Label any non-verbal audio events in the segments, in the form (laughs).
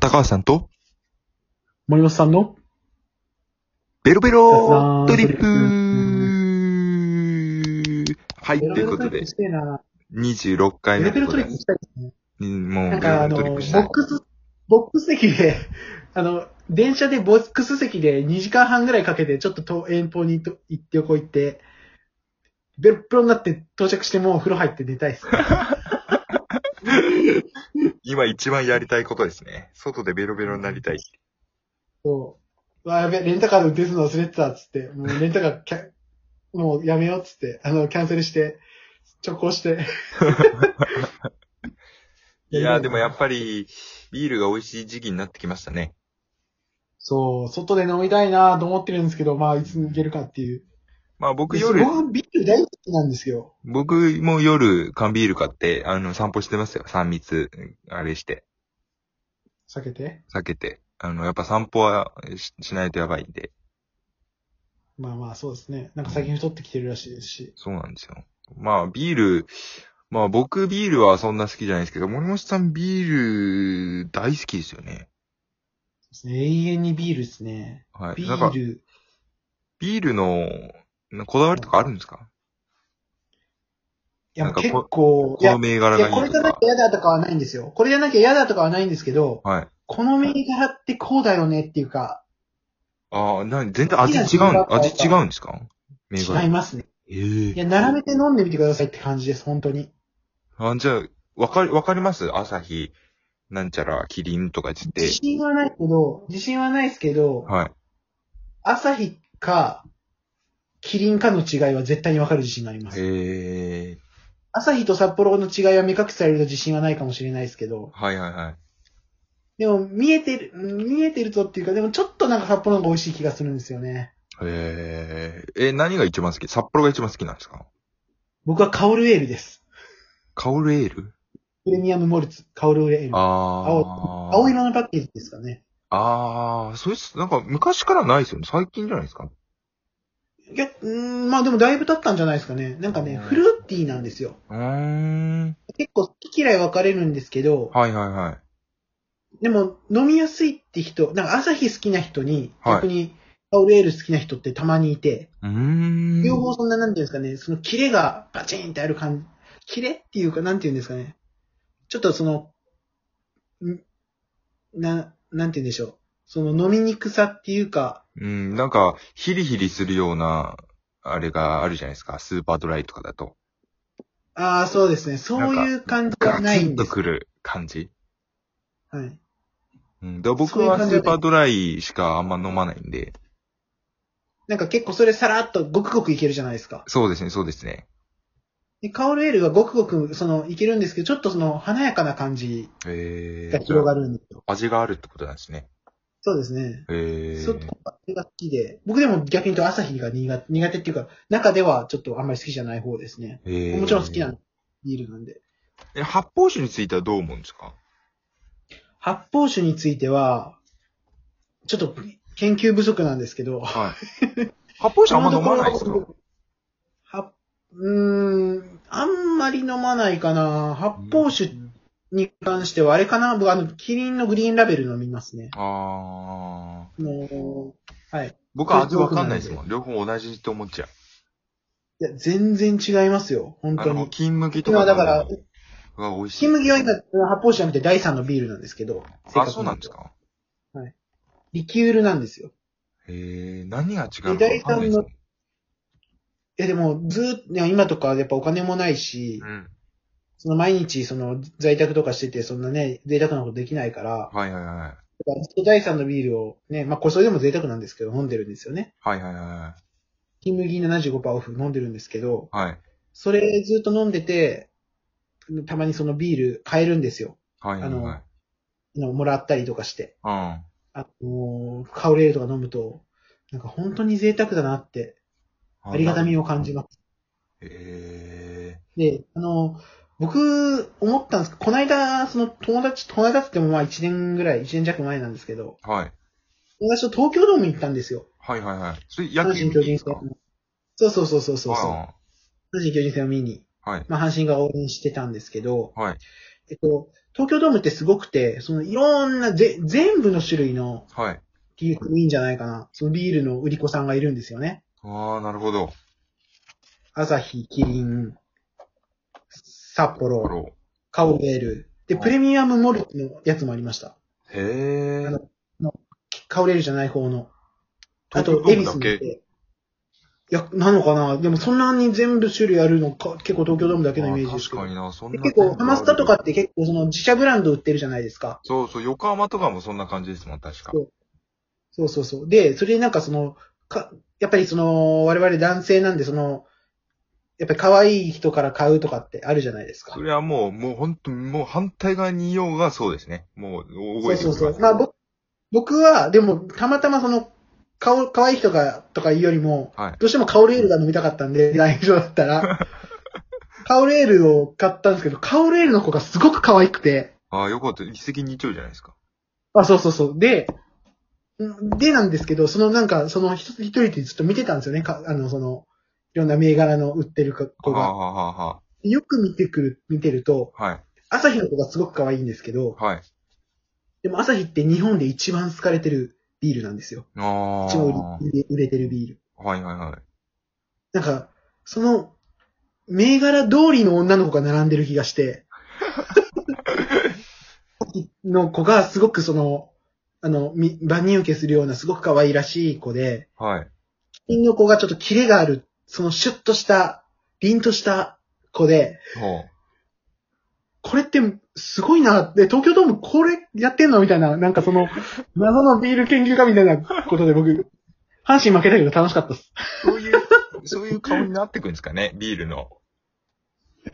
高橋さんと、森本さんのベロベロ雑談ドリッドプはい、ということで、したいな。 26ベ回目ロでベロごトざリいまックす。したい。うんもう、なんベロかベあロの、トボリップしッたい。クス、ボックス席で、 (laughs) あの、電車でボックス席で2時間半ぐらいかけて、ちょっと遠遠方にと行って、横行って、ベロッベロになって到着してもう風呂入って寝たいっ (laughs) す。今一番やりたいことですね。外でベロベロになりたい。そう。うわ、やべ、レンタカーで運転するの忘れてた、つって。もうレンタカーキャ、もうやめよう、つって。あの、キャンセルして、直行して。 (laughs) (laughs) いやーでもやっぱり、ビールが美味しい時期になってきましたね。そう、外で飲みたいなと思ってるんですけど、まあ、いつ抜けるかっていう。まあ僕僕夜、ビール大好きなんですよ。僕も夜缶ビール買って、あの散歩してますよ。三密、あれして、避けて。避けて。あの、やっぱ散歩はししないとやばいんで。まあまあ、そうですね。なんか最近太ってきてるらしいですし。そうなんですよ。まあ、ビール、まあ僕ビールはそんな好きじゃないですけど、森本さんビール大好きですよね。そうですね永遠にビールですね。はい。ビなんかー、ル。ビールの、なこだわりとかあるんですかいや、なんかこ結こ構、いや、のい銘柄がやいいこれとじゃなきゃか。嫌だとかはないんですよ。これじゃなきゃ嫌だとかはないんですけど、はい。この銘柄ってこうだよねっていうか、ああ、なに、全然味違好きな銘柄う、とか味違うんですか銘柄。違いますね。ええいや、並べて飲んでみてくださいって感じです、本当に。あ、じゃあ、わかり、わかります朝日、なんちゃら、キリンとか言って自。信はないけど、自信はないですけど、はい。朝日か、キリンかの違いは絶対にわかる自信があります。へえ。朝日と札幌の違いは目隠しされると自信はないかもしれないですけど、はいはいはい。でも見えてる、見えてるとっていうか、でもちょっとなんか札幌の方が美味しい気がするんですよね。へえ。え、何が一番好き札幌が一番好きなんですか僕はカオルエールです。カオルエールプレミアムモルツ、カオルエール。ああ。青。色のパッケージですかね。ああ、そうです。なんか昔からないですよね。最近じゃないですか。いや、うーん、まあでもだいぶ経ったんじゃないですかね。なんかね、うんフルーティーなんですよ。うーん。結構好き嫌い分かれるんですけど、はいはいはい。でも飲みやすいって人、なんか朝日好きな人に、はい逆にカオルエール好きな人ってたまにいて、うーん。両方そんな、なんていうんですかね、そのキレがバチンってある感じ。キレっていうか、なんていうんですかね。ちょっとその、んな、なんていうんでしょう。その飲みにくさっていうか、うん、なんか、ヒリヒリするような、あれがあるじゃないですか。スーパードライとかだと。ああ、そうですね。そういう感じガはないツんンとです。くる感じ。はい。うん、だから僕そういうは感スじだーねパードライしかあんま飲まないんで。なんか結構それさらっとごくごくいけるじゃないですか。そうですね、そうですね。で、カオルエールがごくごく、その、いけるんですけど、ちょっとその、華やかな感じえがー、広がるんですよ。味があるってことなんですね。そうですね。えそうー、それが好きで、僕でも逆に言うと朝日が苦手苦手っていうか、中ではちょっとあんまり好きじゃない方ですね。えーもちろん好きなビールなんで。え、発泡酒についてはどう思うんですか発泡酒については、ちょっと研究不足なんですけど、はい。 (laughs) 発泡酒あんま飲まないですかはうーん、あんまり飲まないかな。発泡酒に関しては、あれかな僕、あの、キリンのグリーンラベル飲みますね。あー。もう、はい。僕は味わかんないですもん。両方同じと思っちゃう。いや、全然違いますよ。本あ当の、に。金麦と今か。だから、が美味しい。金麦は今、発泡酒じゃなくて第3のビールなんですけど。あ、そうなんですかリキュールなんですよ。えー、何が違うのかわかんないで大胆ですのもん。いや、でも、ずーっと、いや今とかはやっぱお金もないし、うん。その毎日、その、在宅とかしてて、そんなね、贅沢なことできないから、はいはいはい。だからずっと第3のビールをね、まあ、これそれでも贅沢なんですけど、飲んでるんですよね。はいはいは金麦75%オフ飲んでるんですけど、い。はい。それずっと飲んでて、たまにそのビール買えるんですよ。はいはいはい。あのもらったりとかして。うん。あのーカオレールとか飲むと、なんか本当に贅沢だなって、ありがたみを。を感じます。えで、あのー僕、思ったんですけど、この間、その友達、友達って言ってもまあ1年ぐらい、1年弱前なんですけど、ー、はい。友達と東京ドームに行ったんですよ。はいはいはい。それ、阪野球神見巨ていいで人す戦か。そうそうそうそうそうそう。あ阪神巨人戦を見に、ーはい。まあ、阪神が応援してたんですけど、はい。えっと、東京ドームってすごくて、そのいろんなぜ、全部の種類のはい。って言ってもいいんじゃないかな。そのビールの売り子さんがいるんですよね。ああ、なるほど。アサヒ、キリン、なる札幌、ほどカオベール。で、はいプレミアムモルトのやつもありました。へえあ。のカオレールじゃない方の。あと、東エ京ビドースムもだけいて。いや、なのかなでもそんなに全部種類あるのか、結構東京ドームだけのイメージあですーけ確どか。にな、そんでな。結構、ハマスタとかっ。て結構その自社ブランド売ってるじゃないですか。そうそう、横浜とかもそんな感じですもん、確か。そうそうそう。で、それでなんかその、か、やっぱりその、我々男性なんで、その、やっぱり可愛い人から買うとかってあるじゃないですかそ。れはもう、もう本当もう反対側にいようがそうですね。もう、そ覚うえてそくうだそ。さいうまあ、僕、僕は、でも、たまたまその、顔、可愛い人が、とかいうよりも、はい。どうしてもカオレールが飲みたかった (laughs) んで、ライブ上だったら。カオレールを買ったんですけど、カオレールの子がすごく可愛くて、ああ、よかった。一石二鳥じゃないですか。あ、そうそうそう。で、んでなんですけど、そのなんか、その一つ一人でずっと見てたんですよね。かあの、その、いろんな銘柄の売ってるは子あ、が。はあはあはよく見てくる、見てると、あ、はい。朝日の子がすごく可愛いんですけど、はい。でも朝日って日本で一番好かれてるビールなんですよ。ああ。一番売れ売れてるビール。はいはいはい。なんか、その、銘柄通りの女の子が並んでる気がして、の子がすごくその、あの、み万人受けするようなすごく可愛らしい子で、 (laughs) はい。キリンの子がちょっとキレがある、そのシュッとした、凛とした子で、ほこれってすごいなって、東京ドームこれやってんのみたいな、なんかその、謎のビール研究家みたいなことで僕、阪神負けたけど楽しかったです。うそういう、そういう顔になってくんですかね、ビールの。い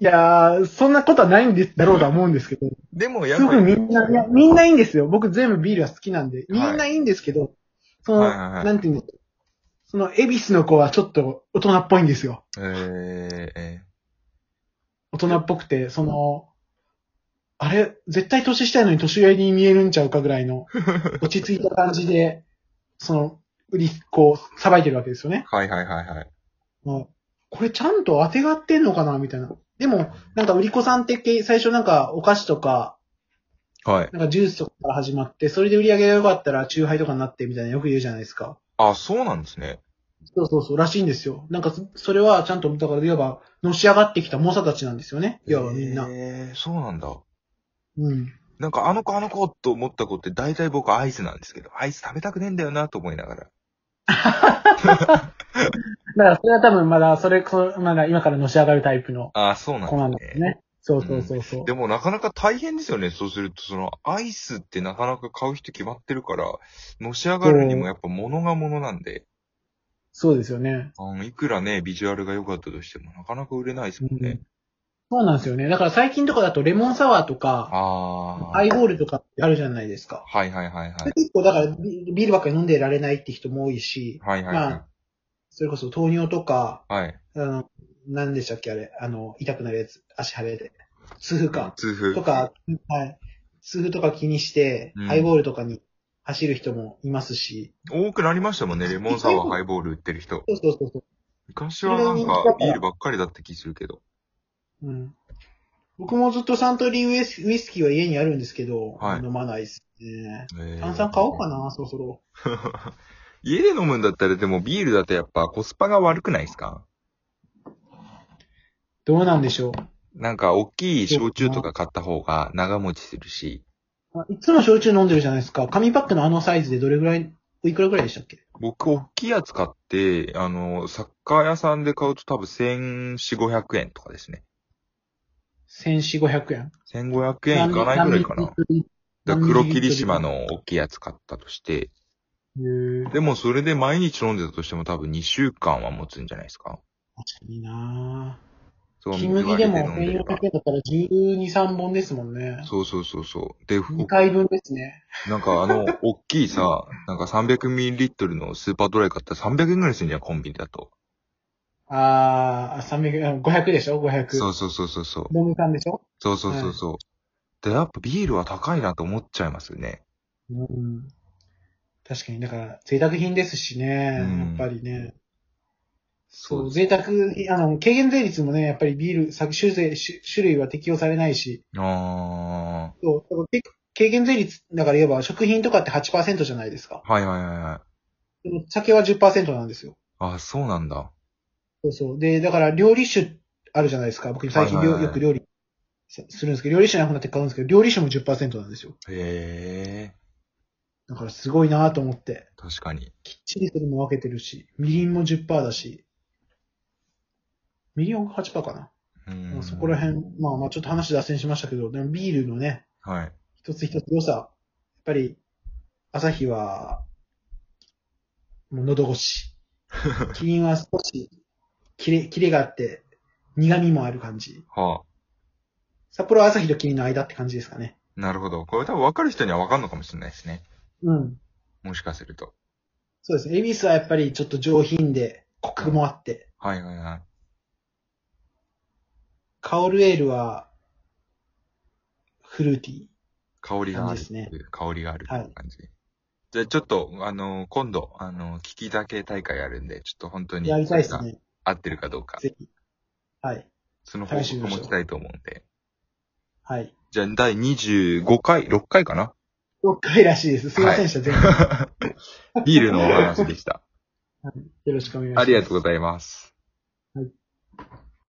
やー、そんなことはないんです、だろうとは思うんですけど、でも、やっすごぱくり。みんな、いや、みんないいんですよ。僕全部ビールは好きなんで。みんないいんですけど、その、はいはいはいなんていうんですか。その、エビスの子はちょっと大人っぽいんですよ。えー、え大人っぽくて、その、あれ、絶対年下やのに年上に見えるんちゃうかぐら (laughs) いの、落ち着いた感じで、その、売り、こう、さばいてるわけですよね。ー、はいはいはいはい。もうこれちゃんと当てがってんのかなみたいな。でも、なんか売り子さんって最初なんかお菓子とか、はい。なんかジュースとかから始まって、それで売り上げが良かったら、チューハイとかになってみたいなよく言うじゃないですか。あ、そうなんですね。そうそうそう、らしいんですよ。なんかそ、それはちゃんと、だから、いわば、のし上がってきた猛者たちなんですよね。いわばみんな。えー、そうなんだ。うん。なんか、あの子あの子と思った子って大体僕アイスなんですけど、アイス食べたくねえんだよなと思いながら。だから、それは多分まだ、それ、そのまだ今からのし上がるタイプのあー、そうなん子なんでですすね。ね。そうそうそうそう。でもなかなか大変ですよね。そうすると、その、アイスってなかなか買う人決まってるから、のし上がるにもやっぱ物が物なんで、そうですよね。うん、いくらね、ビジュアルが良かったとしても、なかなか売れないですもんうんね。そうなんですよね。だから最近とかだと、レモンサワーとか、ああ。アイボールとかってあるじゃないですか。はいはいはいはい。結構、だから、ビビールばっかり飲んでられないって人も多いし、はいはいまそれこそ糖尿とか、はい。はい。あの、何でしたっけあれ、あの、痛くなるやつ、足腫れで。痛風か。痛風。とか、はい。痛風とか気にして、うんハイボールとかに走る人もいますし。多くなりましたもんね、レモンサワー、ハイボール売ってる人。そうそうそうそ昔はなんか、ビールばっかりだった気するけど。う。うん。僕もずっとサントリーウイスウイスキーは家にあるんですけど、はい飲まないですね。えー炭酸買おうかな、そろそろ。家で飲むんだったら、でもビールだとやっぱコスパが悪くないですかどうなんでしょなんか、大きい焼酎とか買った方が長持ちするし、う。あいつも焼酎飲んでるじゃないですか。紙パックのあのサイズでどれぐらい、おいくらぐらいでしたっけ僕、大きいやつ買って、あの、サッカー屋さんで買うと多分1400、500円とかですね。 ?1400、500円。 1500円いかないぐらいかな。だか何ミリリッらトル黒霧島。の大きいやつ買ったとして、へーでもそれで毎日飲んでたとしても多分2週間は持つんじゃないですか。確かになぁ。そう、金水麦割でりもで飲んでれ1400円だば。ったら12、3本ですもんね。そうそうそうそう。で、 2回分ですね。なんかあ (laughs) の、大きいさ、なんか 300ml のスーパードライ買ったら300円ぐらいするんじゃん、コンビニだと。あー、300、あの500でしょ ?500。そうそうそうそうそう。飲む缶でしょそうそうそうそう。で、やっぱビールは高いなと思っちゃいますよね。うん。確かに、だから、贅沢品ですしね。うんやっぱりね。そう、です。贅沢、あの、軽減税率もね、やっぱりビール、酒種税、種種類は適用されないし、あそう、だからけ軽減税率だから言えば、食品とかって8%じゃないですか。ー。はいはいはいはい。でも酒は10%なんですよ。あ、そうなんだ。そうそう。で、だから料理酒あるじゃないですか。僕最近はいはい料、はいよく料理すするんですけど、料理酒なくなって買うんですけど、料理酒も10%なんですよ。へえ。だからすごいなと思って。確かに。きっちりそれも分けてるし、みりんも10%だし、みりんは8%かな。うまんあそこら。辺、まあまあちょっと話脱線しましたけど、でもビールのね、はい。一つ一つ良さ、やっぱり、朝日は、もう喉 (laughs) 越し。キリンは少し、キレ、キレがあって、苦味もある感じ。は札幌は朝日とキリンの間って感じですかね。あ。なるほど。これ多分分かる人には分かんのかもしれないですね。うん。もしかすると。そうですね。恵比寿はやっぱりちょっと上品で、コクもあって。はいはいはい。カオルエールは、フルーティー。香りがあるってい感じう。香りがあるってはいいう感じ。じゃあちょっと、あの、今度、あの、聞きだけ大会あるんで、ちょっと本当に、やりたいですね。合ってるかどうか、ぜひ。はい。その報告もしたいと思うんで。はい。じゃあ、第25回、6回かな6回らしいです。すいませんでした。全部。ビールのお話でした。よろしくお願いします。ありがとうございます。